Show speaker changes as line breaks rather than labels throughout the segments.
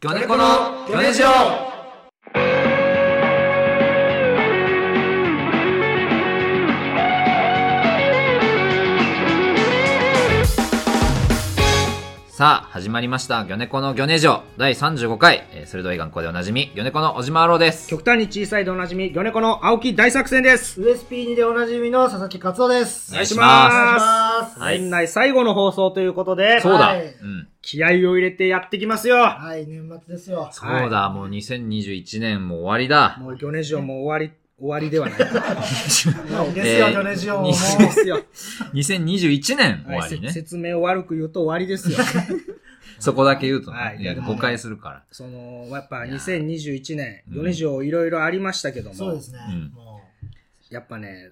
ギョネコのギョネジオさあ、始まりました。ギョネコのギョネジオ第35回、えー鋭い眼光でおなじみ、ギョネコの小島アローです。
極端に小さいでおなじみ、魚猫の青木大作戦です。
USP2 でおなじみの佐々木勝夫です。
お願いします
お願いします
はい
年内最後の放送ということで、
そうだ、
はい
うん。
気合を入れてやってきますよ。
はい、年末ですよ。
そうだ、もう2021年も終わりだ。
もう魚ネジオもう終わり、 終わり では ない。
いいですよ、
えー
ヨネジオンも。
に
そうですよ。
2021年 終
は
わ
い
り
せ
ね。
説明を悪く言うと終わ りですよ。
そこだけ言うとね、
はい
いや
でも
誤解するか
その、やっぱ2021年、
うん
魚ネジオいろいろありましたけども、
そうですね
うん。
も
やっぱね、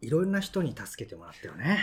いろんな人に助けてもらったよね。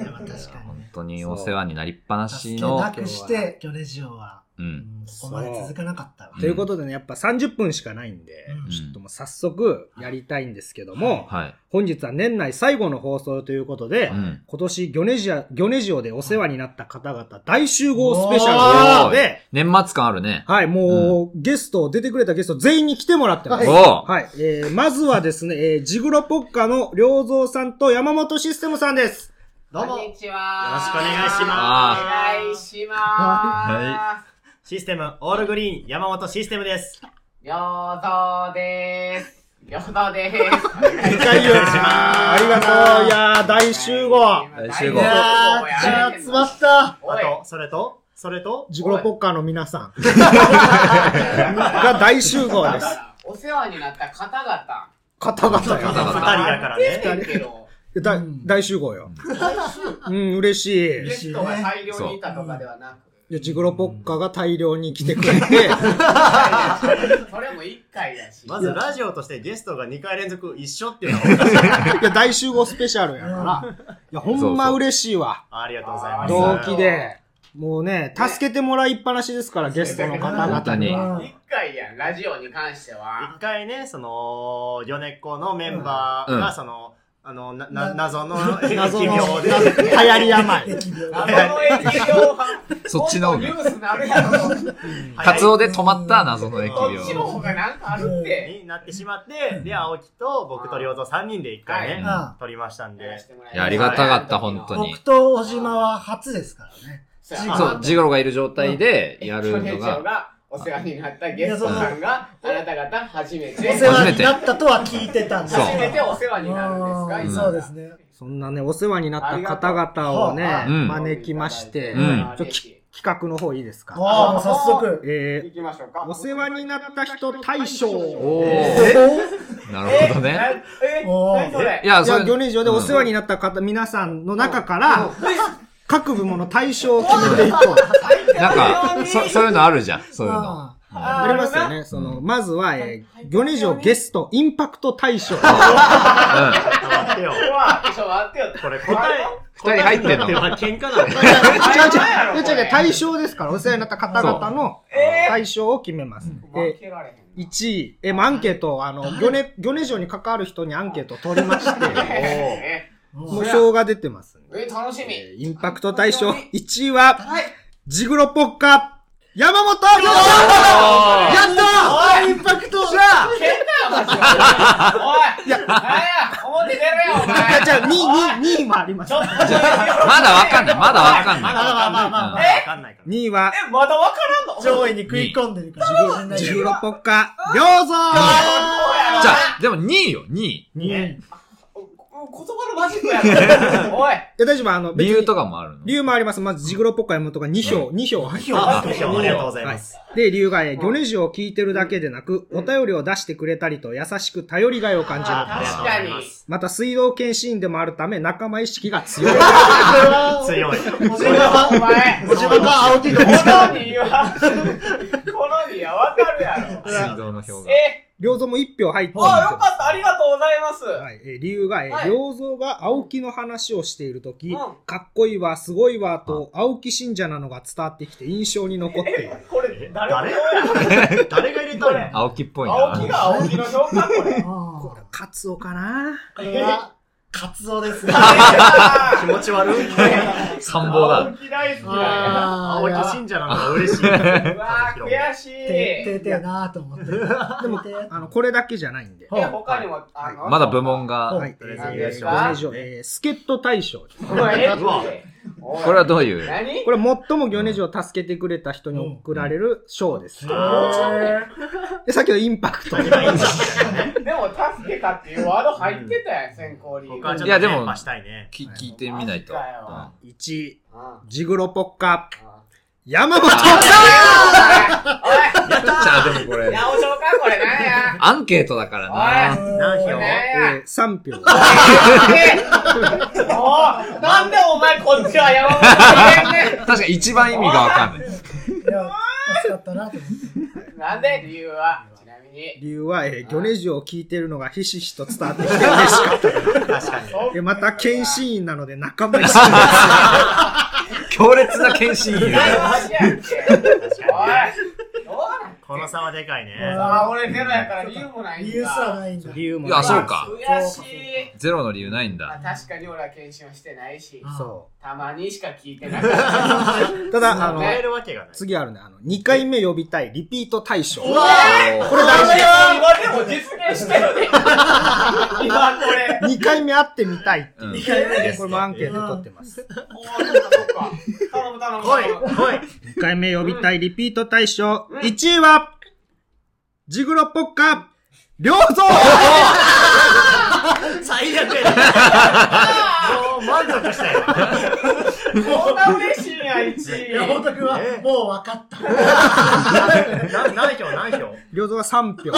う、まあ確か
ら。
に
本
ね。
当にお世話になりっぱなし
助け
の、
なくして、ヨネジオは、
う。
うんんここまで続かなかったわ
うん。
ということでね、やっぱ30分しかないんで、
うん
ちょっともう早速やりたいんですけども、
はい。
本日は年内最後の放送ということで、
うん。
今年ギョネジア、ギョネジオでお世話になった方々大集合スペシャルということで、
年末感あるね。
はい、もう、ゲスト、出てくれたゲスト全員に来てもらってます。
はい
お
はい、えー、まずはですね、えー、ジグロポッカの良三さんと山本システムさんです。
どう
こん
も
に、ちは。
よろしくお願いし
ま
お願いしま
システムオールグリーン山本システムです。
す。よぞうです。よぞうです。
お願いします。ありがとう。いやー、大集合。
大集
い
合
やー、じゃあ、集まった。
あ
おい、
と、それと、それと、
ジグロポッカの皆さ んが大集合です。
お世話になった方々。
方々
方々
よ。
二人だからね。
だけど、
だ大集合よ。うん、嬉しい。
ゲストが大量にいたとかではなく、
いや、ジグロポッカが大量に来てくれて、
それも一回だし。
まずラジオとしてゲストが2回連続一緒っていうのはお かしい。
いや、大集合スペシャルやから、いや、ほんま嬉しいわ。
ありがとうございます。
そうそう
同期で。もうね、助けてもらいっぱなしですから、ゲストの方
本当
々
に
に。
うん
一回やん、ラジオに関しては
一。回ね、その、ヨネッコのメンバー
うん
が、その、あの、な、な、謎 の
謎
疫
の、
病で
流、行り 病。
疫病
謎の影響は、
そっちの方
もっと
が。
ニュースなるやろ。
カツオで止まった謎の疫
こ
病
っち。の方がなんかあるって。
になってしまって、で、青木と僕と良三3人で一回ね
は、
撮りましたんで。
いや、ありがたかった、本当
に。
に
僕。と小島は初ですからね。
そ
そう、ジゴロがいる状態でやるのが、
が、お世話になったゲストさんが、あなた方初め
お
て、
世話になったとは聞いてたんです
そう
初めてお世話になるん
う
で
ん
すか
そうですね。
そんなね、お世話になった方々をね
あ、
うん
招きまして、
うん
ちょっとき企画の方いいですか。
ああ、もう早速。
え
行きましょうか。
ー、お世話になった人大賞。
お
い
ー、なるほどね。
え、え、何それ
いや、そ
や、
れ、
魚ネジオでお世話
に
になった方、皆さんの中から、各部門の大賞を決めていこう。
なんか、そそういうのあるじゃん、そういうの。
あ
ありますよね。その、まずは、えー、ギョネジオゲストインパクト大賞。
ちょっと待ってよ。
うわ、ちょっと待ってよ。
これ答え、
二人入ってんの
答えなては喧嘩なの
いや違う違う、
対
大賞ですから、お世話になった方々の
え
大賞を決めます。
負
で、
けられへん。
1位、え、まあアンケートを、あの、ギョネ、ギョネジオに関わる人にアンケートを取りまして、
え、
もう賞が出てますんで。
楽しみ。
えーインパクト大賞1位は、
はい。
ジグロポッカ、山本
お
やったーインパクトじゃあ
蹴ったよ、マジで。おい、いや、なんや、表出るよ、お前。
じゃあ、2位、2位、2位もあります
ち。ょっと、ま
まだわかんない、まだわかん
ま
ない。
だわかんない。まだわかんないから。
2位は、
え、まだわからんの
ー上位に食い込んでるから。
ジグロポッカ、良三
じゃあ、でも2位よ、2位。
ね
言葉のマジックやろ。おい。
いや、大丈夫、あの、
理
別に
由とかもあるの
理由もあります。まず、ジグロポッカ山本が2票、2票入ってま。
ありがとうございます
はい、で、理由が、えー、魚ネジを聞いてるだけでなく、お便りを出してくれたりと優しく頼りがいを感じる。
あ確かに。
また、水道検診員でもあるため、仲間意識が強い。
あ
強い。
小島が、
お前、
小島が青木
こ
が
の2は、この2はわかるやろ。
水道の表が。
え、
良三も1票入ってます。
あ、よかった、ありがとうございます。
はい、えー理由が、え
は
ー、
い
良三が青木の話をしているとき、
うん
かっこいいわ、すごいわ、と、青木信者なのが伝わってきて印象に残っている。
これ、誰も
誰
どうや
誰が入れたの
青木っぽい
青木
な。
が青木の評価これ。
あ
カツオかな
これは、カツオですね。
気持ち悪い。
参謀だ。
青木大好きだよ。
あ
青木信者なのが嬉しい。
うわー、悔しい。
て、
え
ててやなーと思って。
でも
て、
あの、これだけじゃないんで。
他にも、あの、
まだ部門が、
はい。え
とり
ー
あ
ご
えず
名
優
称
勝
ご名称えー助っ人大賞です。
おい。え
うわ
おい
これはどういう
何
これ、最も魚ネジを助けてくれた人に贈られる賞です。
あ
で、先ほどインパクト。
でも、助けたっていうワード入ってたやん、先行
ー
に。
僕はちょっ
いや
と
でも
連覇したいね。
き聞いてみないと。
マジかよ
1位、
うんうん
ジグロポッカ、山本
お
やっちゃう、でもこ
い、
れ。
八百長か、これ何や。
アンケートだから
おい
な。
何
こ
票
れ何
え
や。
ー3票。
おなんでお前こっちは山本入れんね
確かに一番意味がわかんな
い
い。
や、助かったなと思って。
んなんで理由はちなみに
理由は、えー、魚ネジを聞いてるのがひしひしと伝わってきて嬉しかった。
確かに。
で、また、検視員なので仲間にし
強烈な献身優。
何 マジやんけおいどうなん
この差はでかいね。
あ俺ゼロやから理由もないんだ
理由すらないんだ。
理由も
いや、そうか。
悔しい
ゼロの理由ないんだ。
まあ確かに俺は検証してないし
そ
たまにしか聞いてなかった
う。ただ、あの、
変えるわけがない。
次あるね、あの、2回目呼びたいリピート大賞。
うわ
こ
これ大事今でも実現してるね今こ れ
2回目会ってみたいっていう。
うん
これもアンケート取ってます。
おーそっかそっか頼む頼む
来い
頼む
来い
2回目呼びたいリピート大賞、
うん
1位は、ジグロポッカ、良造
最悪やなもう満足したよ。
こんな嬉しいんや1位
山本君は、もう分かった。
な何票何票
良造は3票。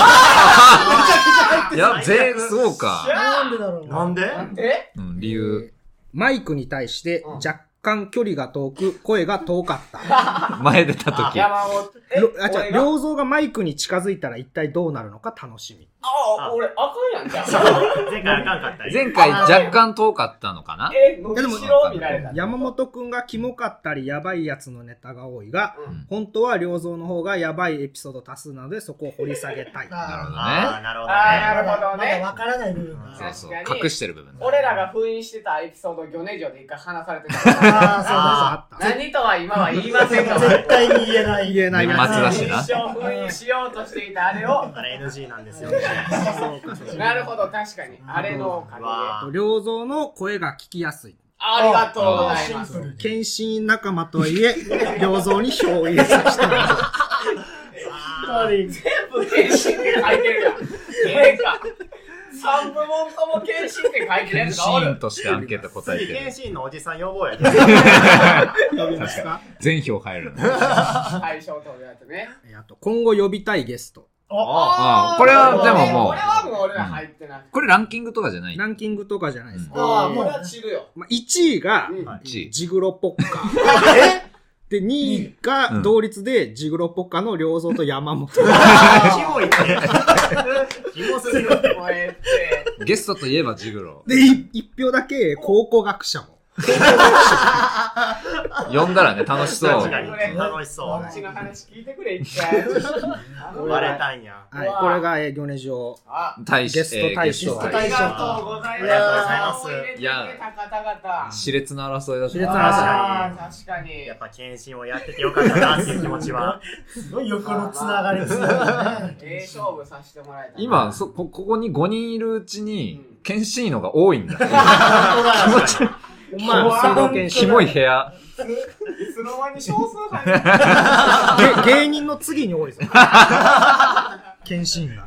いや、全、そうか。
なんでだろう。
なんで
え
うん、理由。
マイクに対して
うん
若干距離が遠く、声が遠かった。
前出た時。
山本え
ろあ、違
俺
う、
が
良造がマイクに近づいたら一体どうなるのか楽しみ。
ああ俺あかんやんじゃ
そうん前回あかんかったよ。
前回若干遠かったのかな
え伸びしろ見られた
山本くんがキモかったりヤバいやつのネタが多いが、
うん
本当は良造の方がヤバいエピソード多数なのでそこを掘り下げたい。
あ
なるほど
あ
ね。
あ、なるほ
あー
ど
な
ね。
るほどね
まだ分からない部分が。
そうそう
確か。に
隠してる部分だ。
俺らが封印してたエピソード魚ネジオで一回話されて た
ああ、そうだ。
あそうあった。
何とは今は言いませんが
絶対に言えない。
言えない
年末だし
封印しよう封印しようとしていたあれを
あれ NG なんですよ。
なるほど確かにあれのおかげで
わ
あと良造の声が聞きやすい。
ありがとうござい
シン
ま
プ
す
ルに。
献身仲間とはいえ、良造に票を入れさせてもらう
全部検診って書いてるやんええか3部門とも検診って書いてるや
検
つがお
視員
る
としてアンケート答え
次、
て
検
る。
診のおじさん呼ぼう や。
呼びますか
全票入るの。
対象とやつね
えあと、今後呼びたいゲスト。
ああこれはでももう
これはもう俺ら入ってない
これランキングとかじゃない
ランキングとかじゃないです。
う
ああこれは散るよ
まあ、1位が、
うん
はい
1位。
ジグロポッカ。で、2位が同率で、ジグロポッカの良造と山本。
キモ いって。キモすぎるって。
もうええって
ゲストといえばジグロ。
で、い一票だけ、考古学者も。
呼んだらね、楽しそう
確。かに楽しそ
こっちの話聞いてくれ、一回。
う。バレたんや。
はいう
わ。
これが、えー、魚ネジオ。
あ、
大
ゲスト大
ゲ
賞
スト
あ
大
りがとうございます。
あ
いや、方々。
熾烈な争いだった。
熾烈な争い
ああ、確かに
や。っぱ検診をやっててよかったなっていう気持ちは。
すごい横のつながりつながりね。
ええ勝負させてもらえた。
今、そ、こ、ここに5人いるうちに
うん、
検視員のが多いんだ。
気持ち
お
キモ
水道
キモい部屋。
いつの間に少数派
げ芸人の次に多いぞ。検診が。
に。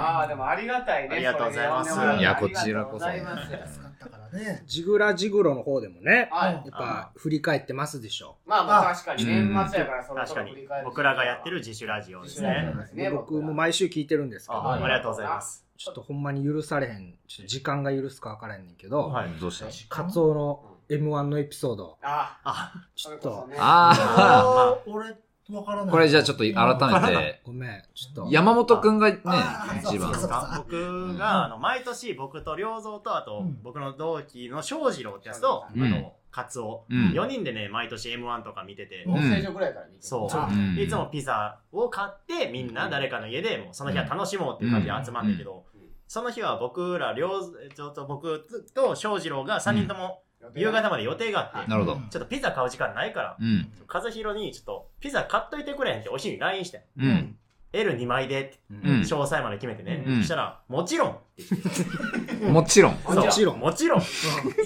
ああ、でもありがたいね。
ありがとうございます
それね
いやこちらこそ
ありがとうございます
助かったからね。
ジグラジグロの方でもね、
は
や
い
っぱ振り返ってますでしょ。
まあまあ、確かに年末やから、そろ
確
そ
か
ろ
に
振り返。る
僕らがやってる自主ラジオです
う
ね
ん。
で僕も毎週聞いてるんですけ
あ
ど、
ありがとうございます。
ちょっとほんまに許されへん、ちょっと時間が許すか分からへんねんけど、
はい。
どうしたの
カツオの M1 のエピソード、
あ
あ、
あ、
ち
そ
ょ
れ
っ
こそ
と、
ね。
あ
あー俺、わからな
あ、
い。
これじゃあちょっと改めて、
ごめん、ちょっと。
山本くんがね
あー、
一
そうそうそう
番。
僕が、あの、毎年僕と良三と、あと
うん、
僕の同期の翔二郎ってやつと、
うん
あの、カツオ。
うん
4人でね、毎年 M1 とか見てて
も、う成長ぐらいから見てる
そう
あ
うん
いつもピザを買って、みんな誰かの家でもうその日は楽しもうっていう感じで集まるんだけど、
うん
その日は僕ら両、ちょっと僕と翔士郎が3人とも夕方まで予定があって、
なるほど。
ちょっとピザ買う時間ないから、
うん。
和弘にちょっとピザ買っといてくれへんっておしに LINE して、
うん。
L2 枚でって、
うん
詳細まで決めてね。
うん
そしたら、もちろんって言って
もちろん。
そう
もちろん
もちろん。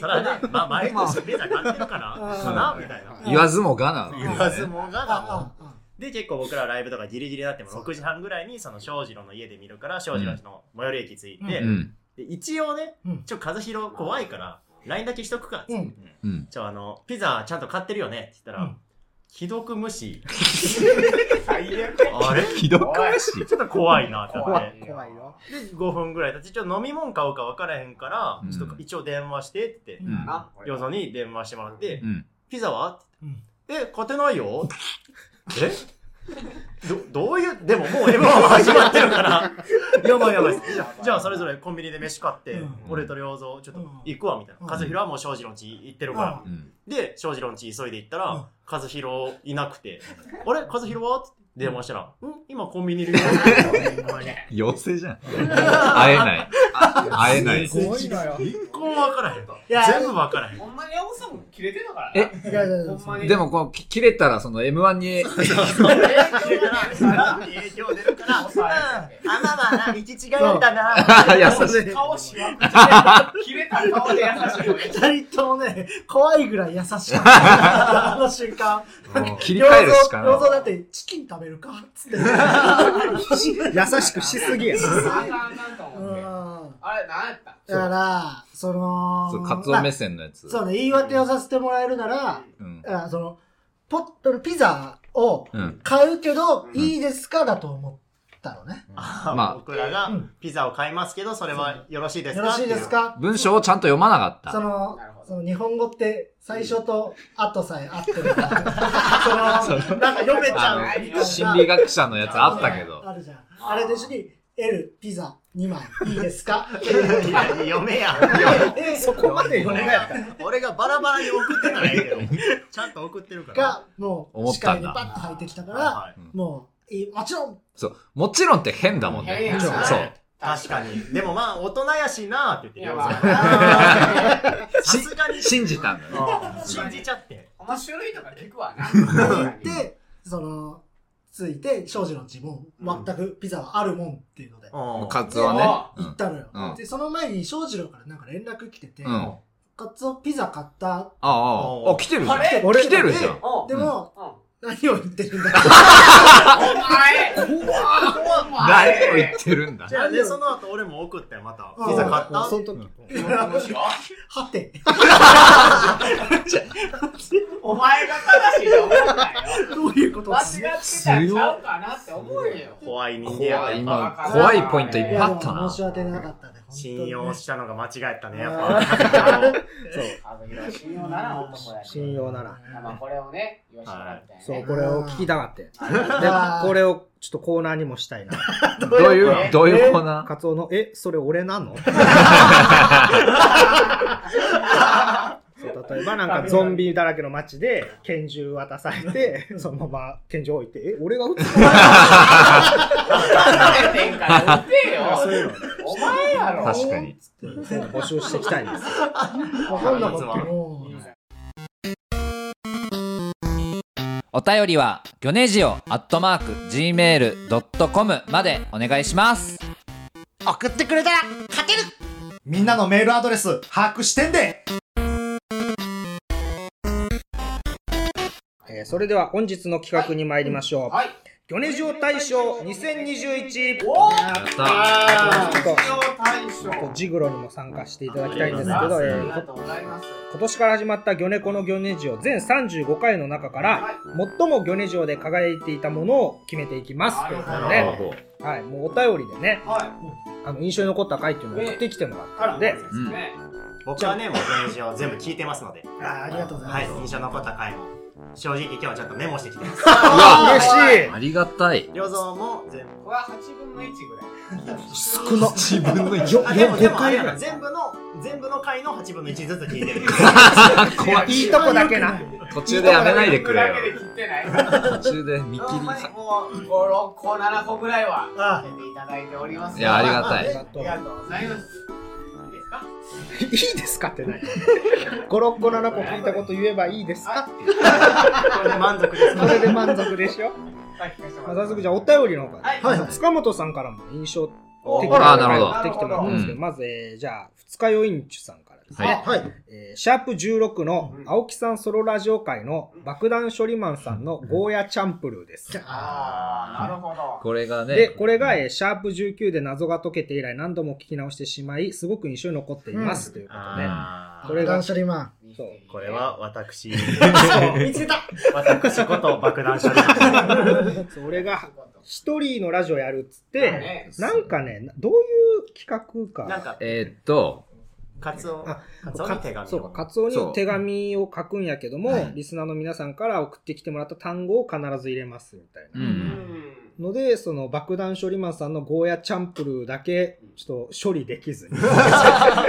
そらね、まあ、毎年ピザ買ってるから、かなみたいな。
言わずもがな。
言わずもがなもん
あああ
で、結構僕らライブとかギリギリになっても6時半ぐらいに、その翔士郎の家で見るから、翔士郎の最寄り駅着いて、
うん。
で一応ね
うん、
ちょ、和弘怖いから、LINE だけしとくか。
うん
うん。
ちょ、あの、ピザちゃんと買ってるよねって言った
う
ら
ん、
既読無視。
最悪
あれ
ひどくまし
ちょっと怖いなってなって。
怖いよ
で、5分ぐらい経って、ちょっと飲み物買うか分からへんから、
うん
ちょっと一応電話してって言って、
うん
な
よそに電話してもらって、
うん。
ピザはって
うん
言って、え、勝てないよえど、どういう、でももう M1 は始まってるから、やばいやばいです。じゃあじゃあそれぞれコンビニで飯買って、
うん
俺と良三ち
う
ょっと
ん
行くわみたいな。
うん
和弘はもう庄司の家行ってるから。
うん。
で、庄司の家急いで行ったら、
うん
和弘いなくて、あれ和弘はって電話したら、うん今コンビニいるよ。
妖精じ ゃん。会えない。会えない。
すごいの よ。
一個も分からへん。
や
全部分からへん。
ほんまに青さんも切れてたから
え
な
あいやいやい
ほ
や
んまに
でも、こう、き切れたら、その M1 に、
影響出るから、あ
抑えて
まあまあな、行き違うんだな。
優しい。
顔しわくちゃ切れた顔で優しいよね
二人ともね、怖いぐらい優しかった。あの瞬間。
切り替えるしか
想像
な
だって、チキン食べるかつって。う
優しくしすぎや。
あかんあかんと思って
ん。
あれ何やった
だから、その
い。そう、カツオ目線のやつ。
そうね、言い訳をさせてもらえるなら、
うん。
あその、ポットのピザを
うん。
買うけど、いいですかだと思ったのね。
まあ
僕らが
うん
ピザを買いますけど、それはよろしいです
よ
か
ろしいですか
文章をちゃんと読まなかった。
その
なるほ、ど
その日本語って最初と後さえ合ってるから。その、なんか読めちゃう
あ
みたい
の
な。
心理学者のやつあったけど。
あるじゃん。あれと一緒に、L、ピザ2枚、いいですか
いや 嫁や嫁
そこまで
俺が俺がバラバラに送ってたらいいけどちゃんと送ってるから
が、も
思
う、
っ
視
た
界
ん
に
だ
パッと入ってきたか
はい
ら、
はい
もう、いいもちろん、
そう。もちろんって変だもん
変
ね。
や
そう
な
確かにでもまあ大人やしなって
い
言っ
や
て両
ま
さん
あ
さすがに
信じたんだね。
うん信じちゃって
面白いとか聞くわな
行って、その、ついて、庄司の家も、全くピザはあるもんっていうので、
うん
カツオね。う
行っ
ん
たのよ。
うん
で、その前に庄司郎からなんか連絡来てて、
うん。あ
カツオピザ買った。
あ、ああ、来てるじゃん。
れ
来てるじゃん。
おう
でも、
うん
何を言ってるんだ
お前お
誰を言
前
ってるんだ。
じゃあねその後俺も送ってまた
うん
ピザ買った
その時。
どうしよ
はて。
うお前が正しいと思うなよ
どういうこと
間違ってたんちゃうかなって思うよ。
怖い人間や
怖い、
ね
今、怖いポイントい
い
っぱい
や
あ
で
った
も
な
申。し訳なかったね。本当に
信用したのが間違えたねや
う
っぱ
あの信用ならん男や
信用なら。
まあこれをね、言わしてもらった
そ
よ
う、
ね。
これを聞きたかったよ。
あ
で、これをちょっとコーナーにもしたいな。
ど ういう、どういうコーナー
カツオの、え、それ俺なのそう例えばなんかゾンビだらけの街で拳銃渡されて、そのまま拳銃置いて、え、俺が撃つの
のてんから打て
そうい
よ。
うの
お前やろ。
確かに。
募集していきたいです。
わかんなかったもう
お便りは、ギョネジオアットマーク、gmail.com までお願いします。
送ってくれたら勝てるみんなのメールアドレス把握してんで
えーそれでは本日の企画に参りましょう。
はい。
ギョネジオ大賞2021。
お
やっ
あ
ちょっ
信用対象。
とジグロにも参加していただきたいんですけ
ありがと
ど、え
ありが
ー
とうございます。
今年から始まったギョネコのギョネジオ全35回の中から、最もギョネジオで輝いていたものを決めていきます。ということで
なる
ね、はい、もうお便りでね、
はい。
あの印象に残った回っていうのを送ってきてもらったので、
僕はねもう全然全部聞いてますので
あーありがとうござい
は
ま
い
す。
印象残った回も正直今日はちょっとメモしてきてます。
嬉しい
ありがたい。
予想も全部。
これは8分の1ぐらい。
少な。自分のよ、
あ、でも、で
5
もあ
回
れ
ぐ
や
ら
な。
い。
全部の、全部の回の8分の1ずつ聞いてる。
いいとこだけな。
途中でやめないでくれ
だけ
よ。
で切ってない。
途中で見切
ほんま
り
にもう5、6個、7個ぐらいは
あ
出ていただいております。
いや、あり
あ
がたい。
あ
りがとうございます。いい
いいで
ですか
すかってない。5、6個、7個聞いたこと言えばいいですか
これで満足です
そ
か
れで満足でしょ。
はい、聞かせても
まあ
ら
早
います
速じゃあお便りの方から。
はい。
はいはい。
塚本さんからも印象的
あ
な
ーなるほど
ってきてもらったんですけど、まず、えーじゃあ、二日酔いんちゅさんからです。
はい。
はい。
えーシャープ16の青木さんソロラジオ会の爆弾処理マンさんのゴーヤチャンプルーです。
あー、なるほど。
これがね。
で、これが、えーシャープ19で謎が解けて以来何度も聞き直してしまい、すごく印象に残っています。ということで、
あー
これが
断捨離マン。
そう
これは私、
そう、見つけた。
私こと爆弾処理マン。
そう俺が一人のラジオやるっつって、
ね
なんかね、どういう企画
なん
か。
か、
えーっと、
カツオ、
あ
カツオに手紙
そうか、
を。
カツオ
そう
に手紙を書くんやけども、リスナーの皆さんから送ってきてもらった単語を必ず入れますみたいな。
う。
うんん。
ので、その爆弾処理マンさんのゴーヤチャンプルーだけ、ちょっと処理できずに。
長か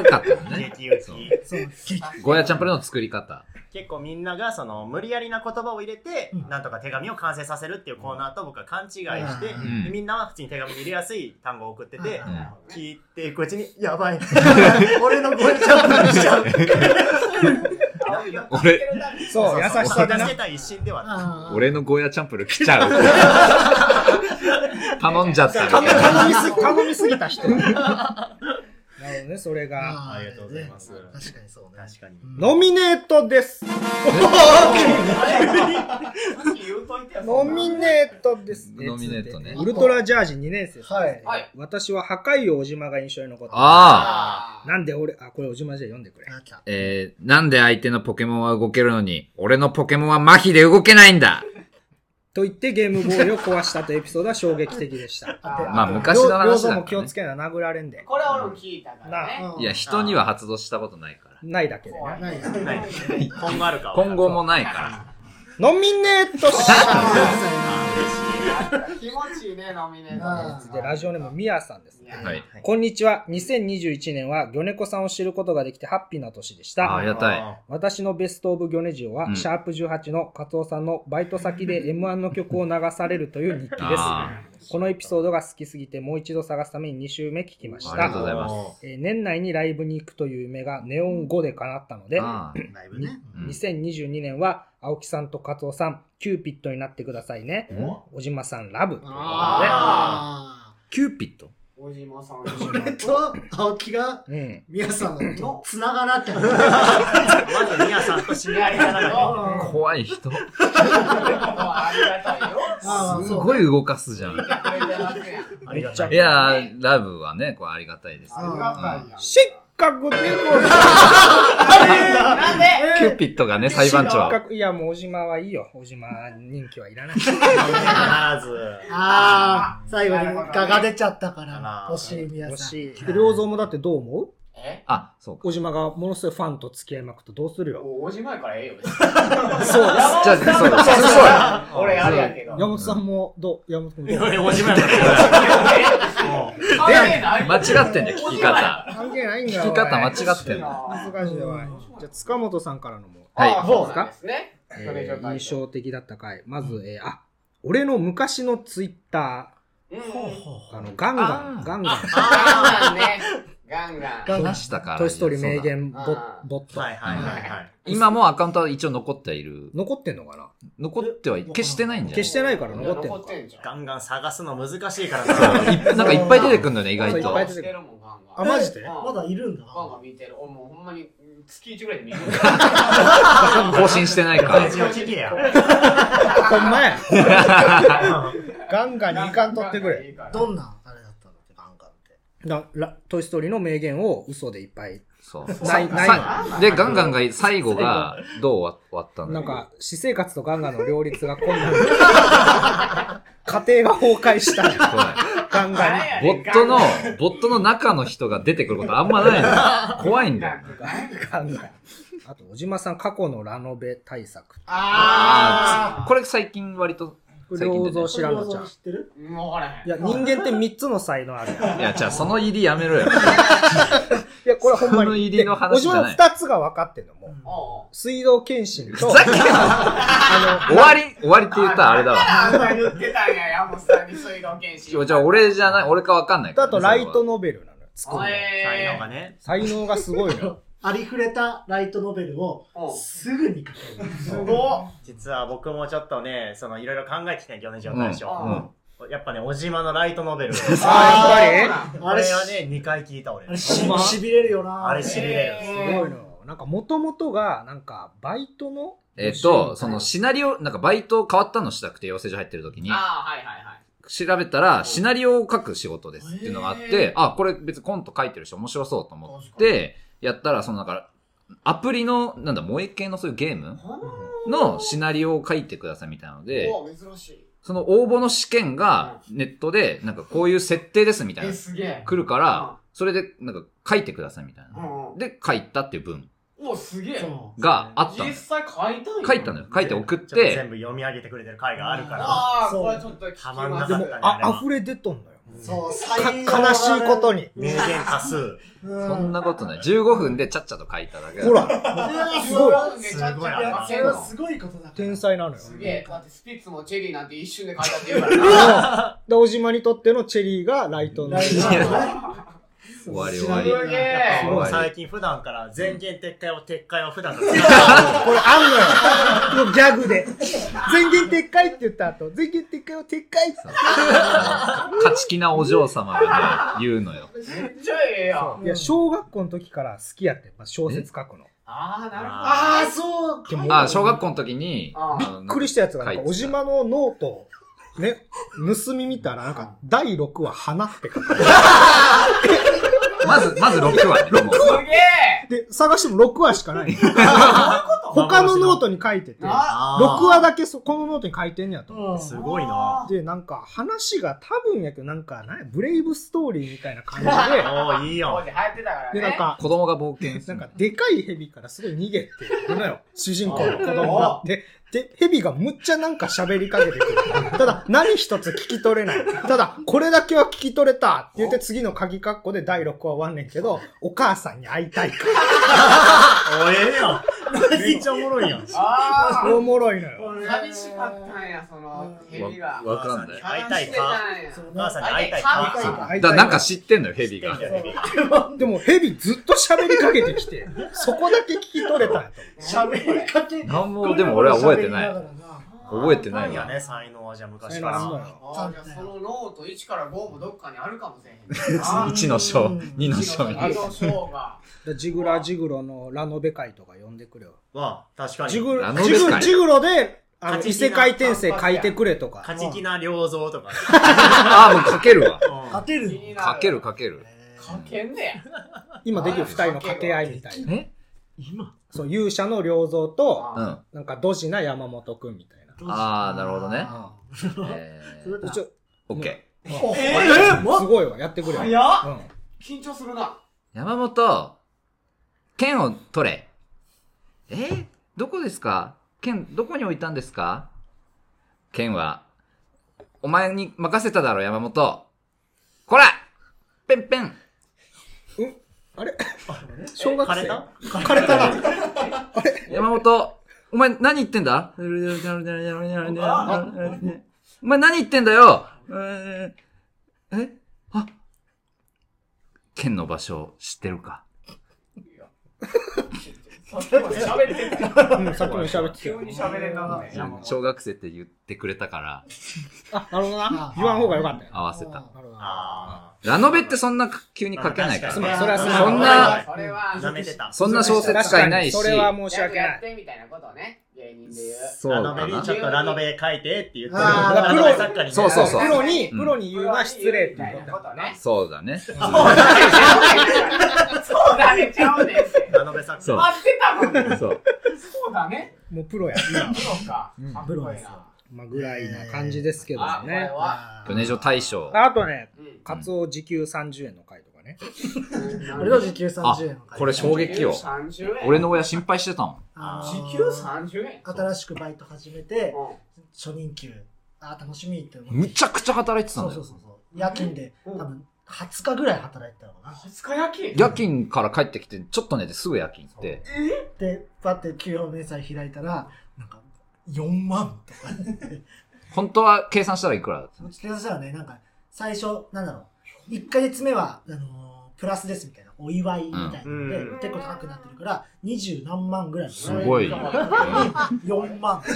ったよね。
激打ち
そう
そう、激
ゴーヤチャンプルーの作り方。
結構みんながその無理やりな言葉を入れて、なんとか手紙を完成させるっていうコーナーと僕は勘違いして、
うん
でみんなは普通に手紙に入れやすい単語を送ってて、
うん
聞いていくうちに、やばい。俺の声ちゃうしちゃう。
俺
そう、優しさで
出
な
して。た一心ではあっ
あー
俺のゴーヤチャンプルー来ちゃう。 頼んじゃったみたいな。
頼みすぎ、頼みすぎた 人。なるほどね、それが。
ありがとうございます
確かにそう
た。
ね。
確かに。
ノミネートです。
言うといて よ
ノミネートです。
ノミネートね
ウルトラジャージ2年生。
はい。
はい。
私は破壊王小島が印象に残ってます
ああ。
あ
なんで俺、あ、これ小島じゃ読んでくれ。
あ来た
えー、なんで相手のポケモンは動けるのに、俺のポケモンは麻痺で動けないんだ
と言ってゲームボーイを壊したというエピソードは衝撃的でした。
あ
まあ、
両
昔の
両
話
方
だ
も
か
気
ら、
を
ね
つ。けな、殴られんで。
これは俺も聞いたからね。
いや、人には発動したことないから。
ないだけでね。
ない
ない。今後あるか。
今後もないから。
ノミネートした
気持ちいいね、ノミネート。
で、ラジオネームみやさんですね。
はい。
こんにちは。2021年は魚猫さんを知ることができてハッピーな年でし
ああり
た。
がたい。
私のベストオブ魚ネジオは、
うん
シャープ18のカツオさんのバイト 先で M1 の曲を流されるという日記
あ
です。このエピソードが好きすぎてもう一度探すために2週目聞きまし
ありがとうござ
た。
います
す。
えー年内にライブに行くという夢がネオン5で叶ったので、
ああ、
ライブね。
うん
2022年は青木さんとカツオさん、キューピットになってくださいね。小島さんラブ。
あ
キューピット
小島さん。
ー俺と青木が
うん。
皆さん
の
とつながらって。
まず、みやさんと知り合いからだね。
怖い人。す
ありがたいよ。
あーそう
ごい動かすじゃん。
これで楽やん。
ありがたい
いやー、ラブはね、これありがたいです。
ありがたいやん。
失 格でございます。
なんで
キューピットがね、裁判長
失。格いや、もう小島はいいよ。小島人気はいらない。
必ず。
ああ、最後にガが出ちゃったか
あ
ら
ら、
惜しい皆さん。
しい。良三もだってどう思う
え
あ、そうか。
小島がものすごいファンと付き合いまくとどうするよ。
もう5時前からええよ。
そうです。じゃあ、そうです。そうだ
そう 俺あれやけど。
山本さんもどう山本君どう
おしまいもう
間違ってんだよ、聞き方。
関係ないんだよ。
聞き方間
おい
違ってんだよ。
難しいよ。おいじゃあ、塚本さんからのも、
はい。
は
そうなんですね。
え
それ以上
ー
ない
印象的だった回。まず、えーあ、俺の昔のツイッタ
うん。
ー、あの、ガンガ
あ
ン、
ー
ガンガン、
ガンガンね。ガンガン。
い。出したから。
トイストーリー名言ボ
そうだ
ボット。
はいはいはいはい。
今もアカウントは一応残ってはいる。
残ってんのかな
残ってはい、消してないんじゃない
消してないから残ってん
残
の
っ
か。
てんじゃん。
ガンガン探すの難しいからさ。
いっぱいなんかいっぱい出てくるんだよね、意外
そういっぱい
と。
出てくる
るもん、ガンガン。
あ、マジで
まだいるんだ。
ガンガン見てる。おもうほんまに月1ぐらいで見る。
更新してないか
ラジオ聞けや。
ほんまや。
う
ガンガンにいかんとってくれ。
いいから。
どんなあれだったのって、ガンガンって。
だらトイ・ストーリーの名言を嘘でいっぱい。
そう。
ない
さ
ない
さで、ガンガンが最後がどう終わ終わったんだ
な
っ
ん
け
か、私生 活とガンガンの両立が困難。家庭が崩壊した。
そうだよ
考え
や
ボ
ねん
ットの、ボットの中の人が出てくることあんまないの。怖いんだよ。
に。考え。あと、小島さん、過去のラノベ対策。
あ
あ
ーこれ最近割と、最近
良
出て
造
る
知らんのちゃん。い
知ってる
もうほらへん。
や、人間って3つの才能あるやん。
いや、じゃあその入りやめろよ。
いや、これほんま
その
に。
入りの話じゃない
で小島さん2つが分かってんのもう。
おうお
水道検診
ふ
と、
ざけんな終わり、終わりって言ったらあれだわ。
あんな言ってたんや、山本さんに水道検
じゃ
診。
あじゃあ俺じゃない、俺かわかんないから
あ
ね、
とライト
の。
ノベルなのよ。作るの。
才能
え
がね。
才能がすごいの よ。
ありふれたライトノベルを
ー、
すぐに書ける。
すごっ。
実は僕もちょっとね、そのいろいろ考えてきたんよね、ジョン大
う
将。
ん。
やっぱね、小島のライトノベル。
あーやっぱり
ぱ
あれはね、2回聞いた俺
あ。れし、しびれるよな。
あれしびれる。
すごいのよ。なんか元々が、なんかバイトの、
えっと、そのシナリオ、なんかバイト変わったのしたくて養成所入ってる時に、
ああ、はいはいはい。
調べたらシナリオを書く仕事ですっていうのがあっ
へ
て、あ、これ別にコント書いてるし面白そうと思って、やったら、そのなんか、アプリの、なんだ、萌え系のそういうゲームのシナリオを書いてくださいみたいなので、
お珍しい。
その応募の試験がネットで、なんかこういう設定ですみたいな
え、。すげえ。
来るか
うん
ら、それでなんか書いてくださいみたいな。
うんうん
で、書いたっていう文
お、すげえ。
そう。
があったの
実際書いたんや
書いたのよ。書いて送っ
ちょっと全
て、
部読み上げてくれてる回があるから。
ああ、
そう
これちょっと聞き
たまんな
ま
か
す。
っ
で
た
も
ね。あれ
あ、
は
溢れ出とんのよ。
そう、
か
最
悲しいことに。
名言多数。
そ
そ
んなことない。15分でちゃっちゃと書いただけだ
ほ。ら、
す
す
ご
ご
い
い。
すごい
いや、
な
それはすごいことだから。
天才なのよ。
すげえ。だってスピッツもチェリーなんて一瞬で書いたって言うからな。
で、小島にとってのチェリーがライトの。
ライトノベルね
終わり
す
終
ご
わ
い
り。
すげえ。
もう最近普段から全言撤回を撤回を普段から
これあんのよ。ギャグで。全言撤回って言った後、全言撤回を撤回って。
勝ち気なお嬢様がね、言うのよ。
めっちゃええやん。
いや、小学校の時から好きやってん、まあ、小説書くの。
ああ、なるほど。
ああ、そう。
でも
あ、小学校の時に、
あー
び
びっくりしたやつが、なんか、
書い
小
てた
島のノートを、ね、盗み見たら、なんか、第6話、花って書いてある
まず、まず6話ね。もう
すげえ
で、探しても6話しか ない。他のノートに書いてて、6
な
話だけそこのノートに書いてんねやと思
うん
すごいな。
って。で、なんか、話が多分やけど、なんか、なんやブレイブストーリーみたいな 感じ
おーいい
当
よ。
時流行ってたから
で、で、
ね。
なん か、
子供が冒険す
な
る
ん。か、でかい蛇からすごい逃げてるのよ。主人公の子供が。で、で、蛇がむっちゃなんか喋りかけてくる。ただ、何一つ聞き取れない。ただ、これだけは聞き取れたって言って次の鍵括弧で第6話終わんねんけど、お母さんに会いたいか
おええやん。めっちゃおもろいやん。
あ
ら。おもろいのよ。
あ、寂しかったんや、その、蛇が。
わかんない。
会いたいか。
そ
か。
う
お母さんに
会
会
い
い
た
た
い
い
か
か。
だか
だからなんか知ってんのよ、蛇が。
でも、蛇ずっと喋りかけてきて、そこだけ聞き取れたんやと思う。
喋りかけ。
なんも、でも俺は覚えてない。覚えて
な
ないい
や
わ。
ね、才能はじゃあ昔
才
か
能あん
ら。
のよ。
あーじゃあそのノート1から5もどっかにあるかもしれへん な。
1の章、
うん
2の章に。
あの章が。
だジグラジグロのラノベ会とか呼んでくれよ。
は、確かに。
ジグロ
ラ、ノベ
ジ
会
グロ、ジグロで、あの、
勝
異
ち気な
世界転生書いてくれとか。
勝ち気な良造とかね。
ああ、もう書けるわ。
勝てるの
書ける書ける。
書けんね
今できる二人の掛け合いみたいな。
え
今
そう、勇者の良造と、
うん。あ
なんか、ドジな山本くんみたいな。
あー、なるほどね。え
それ
ー、
だ
ちょ
オッケー。
え
すごいわ、やってくれよ。
早っ
うん。
緊張するな。
山本、剣を取れ。えーどこですか剣、どこに置いたんですか剣は、お前に任せただろ、山本。こらペンペン
あれ小学
枯れ
生
た
枯れたな。
山本、お前何言ってんだお前何言ってんだよえーえあ剣の場所知ってるか
そっちも喋ってた。
うんさっきも喋ってた
急
よ。
に喋れんな。
小学生って言ってくれたから
あ、なるほどな
あ。
言わん方がよかったよ。
合わせた。
なるほどな。
あ
ラノベってそんな急に書けないから
確
ま
か
あ、
に
それはそう
そん
な
それは、
あ。舐めてた。
そんな小説しかいないし
確かにそれは申し訳な
やっ
い。
てみたいなことね。芸人で言う。
そう
ラノベ
か
に
な
ちょっとラノベ書いてって言ってる。
あー
ラノベ作家にね。
そうそうそう
プロに、
うん
プロに言うのは失礼って言
み
ったて
い
た
なことね。
そうだね
そうだね、ちゃうねんって。
ラノベ作
そう。
家
待ってたもんね。
そう
そうだね。
もうプロや。
プロか。かっこいいな。
まあ、ぐらいな感じですけど
あ、これ
ね。
は。
ヨネジョ大賞。
あとね、
うん
カツオ時給30円の回とかね。
俺の時給
あ
30円の、会社
これ衝撃よ。
30円
俺の親心配してたもん。
あー
時給30円
新しくバイト始めて、
う
初任給、あー楽しみって思って。
むちゃくちゃ働いてたん
そう
だ
そう
よ。
そうそう。夜勤で、多
うん
分20日ぐらい働いてたのかな。
ん20日夜勤
夜勤から帰ってきて、ちょっと寝てすぐ夜勤行って。
で、パッて給与明細開いたら、なんか、4万とか。
本当は計算したらいくらだった
うちでしたらね、なんか、最初、なんだろう、1ヶ月目は、あのープラスですみたいな、お祝いみたいなので、
うん
結構高くなってるから、二十何万ぐらい。
す ごい。
4万って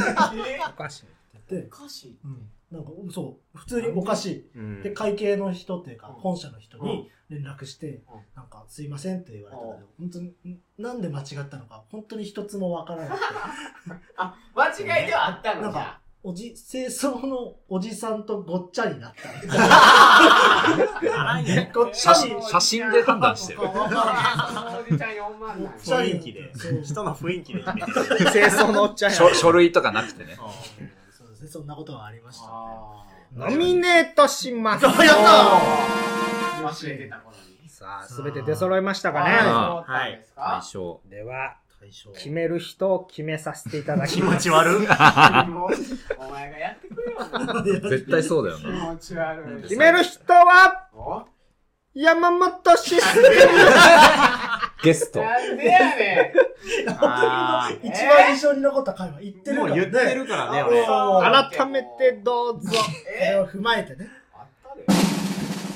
え
おかしい。
言って
お、かしい
うん、なんか、そう、普通におかしい。で、会計の人っていうか、
うん
本社の人に連絡して
うん、
なんか、すいませんって言われたけ
うん
ど、本当に、んなんで間違ったのか、本当に一つもわからなくて。
あ間違いではあったの
なん
じゃ
かおじ、清掃のおじさんとごっちゃになった。 ごっちゃ
写
に
真写真で判断してる。
あおじちゃん4万なんや
雰囲気で
そう
人の雰囲気で決めて る
清掃のおっちゃんや。
書書類とかなくてね。
そうですね、そんなことがありました。
あ
ノミネートし ます。
やった
ー忘れてた頃に
さあ、すべて出 揃いましたかね。
あ
はいです
大
か
賞。
では、
対象。
決める人を決めさせていただき
気
ま
持
す。
ち悪い
もうお前がやってくれ よ
絶対そうだよ
気
な。
持ち悪い
決める人は、
お
山本シス
ゲスト。
なんでやねん
一番印象に残った回は言ってる
も
から
う 言って
ね。
るからね
俺
俺
改めてどうぞ。
それを踏まえてね。
あった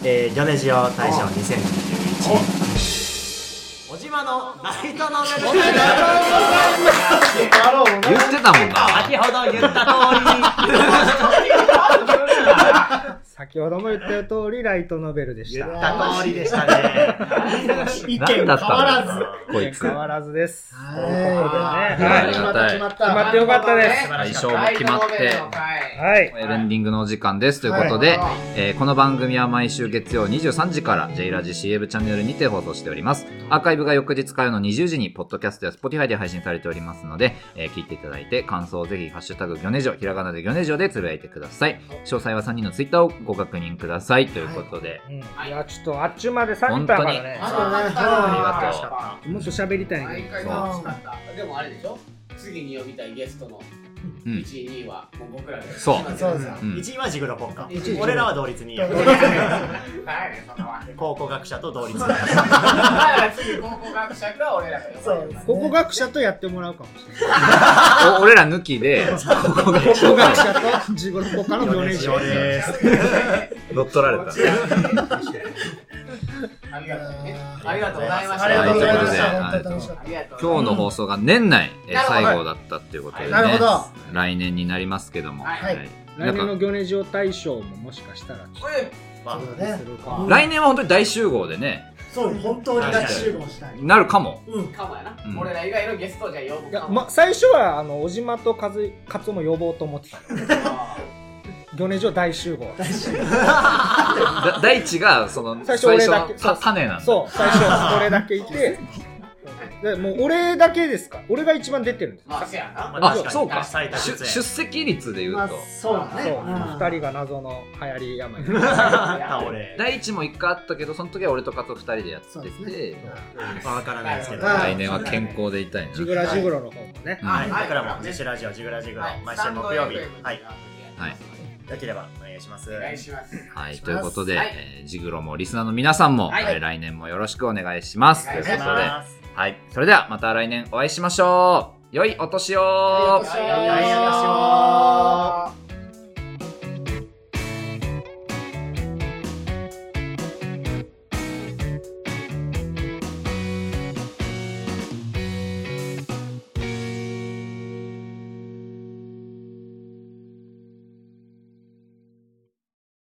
で
えー、ギョネジオ大賞2021小島のバイトのメル
言ってたもんな。
先ほど言った通
先ほども言った通り、ライトノベルでし。
言ったた通りでしたね
意見
何
変わ
だったんだ
ら
ろ
ず。
う
は
なこいつ。
変わらずです。
い
ということでね
あ
は
りが
い。
決まったた
い
決まっ
決ま
た。
ってよかったで
素
す。
大賞も決まって。
はい。
エンディングのお時間ですということで、えーこの番組は毎週月曜23時から J ラジ CM チャンネルにて放送しておりますアーカイブが翌日火曜の20時にポッドキャストや Spotify で配信されておりますので、えー聞いていただいて感想をぜひ「ハッシュタグギョネジョ」ひらがなでギョネジョでつぶやいてください詳細は3人の Twitter をご確認くださいということで、
うんいや、ちょっとあっちゅうまでさっきからね。
あ
ありがとう
が
もっと喋りたいんやけ
毎
ど
回楽しかった。でもあれでしょ次に呼びたいゲストの
うん
1位、2位はもう僕らで。
そう
決まって
そう
る
そう
うん
1位はジグロポッカ
一位
俺らは同率2
同
位
率
何やねんそんなわけ
考古学者と同率2
だから次、高校学者が俺らが呼ばれるから
考古学者とやってもらうかもしれない。
お俺ら抜きでここが
考古学者と地獄からの
位
4
米
年
ジオ
生。
です
乗っ取られた
ありがとうね。ありがとうございました。
ありがとうございまし
は
た。本
い
当に楽しかった。
ありがとうございました
今日の放送が年内、えー
なるほど
最後だったっていうことでね
な
るほど
来年になりますけども、
はい
来年の魚ネジオ大賞ももしかしたら
これ、
ま
そうだ
す
ね。
るかも。
来年は本当に大集合でね
そう、本当に大集合したい。
なるかも
うん。
かもやな。
うん
俺ら以外のゲストじゃ呼ぶ
い
か
や、
も。
ま、最初は、あの、小島とカズカツオも呼ぼうと思ってた。 魚ネジオ大集合。
だ大地がその
最初俺だけ
最初のた種なんだ
そう、最初それだけいて、でもう俺だけですか俺が一番出てるんです。
まあ、せやな。
あ確
あそうか
最多
しゅ
出演
出席率で言
ま
う
あ
と、、
そうだ
そう、
ね。
二人が謎の流行り病。
倒れ
大地も一回あったけどその時は俺と加藤二人でやって
そうです
て、
わからないですけど
はい
来年は健康でいたい
ジ
な
グラジグロの方もね。
はい、
はい
僕らも自主ラジオジグラジグロ
はい
毎週木曜日
スタ
は
ン
い
ド FM
はい
よければお願いします
お願いします。
はいということで、
はい
えージグロもリスナーの皆さんも、
はい
えー来年もよろしくお願いします
お
とい
願
う
い
こ
し
とで
ま
はいそれではまた来年お会いしましょう良いお年を
よいし
は
ょ
い
ー
お願いします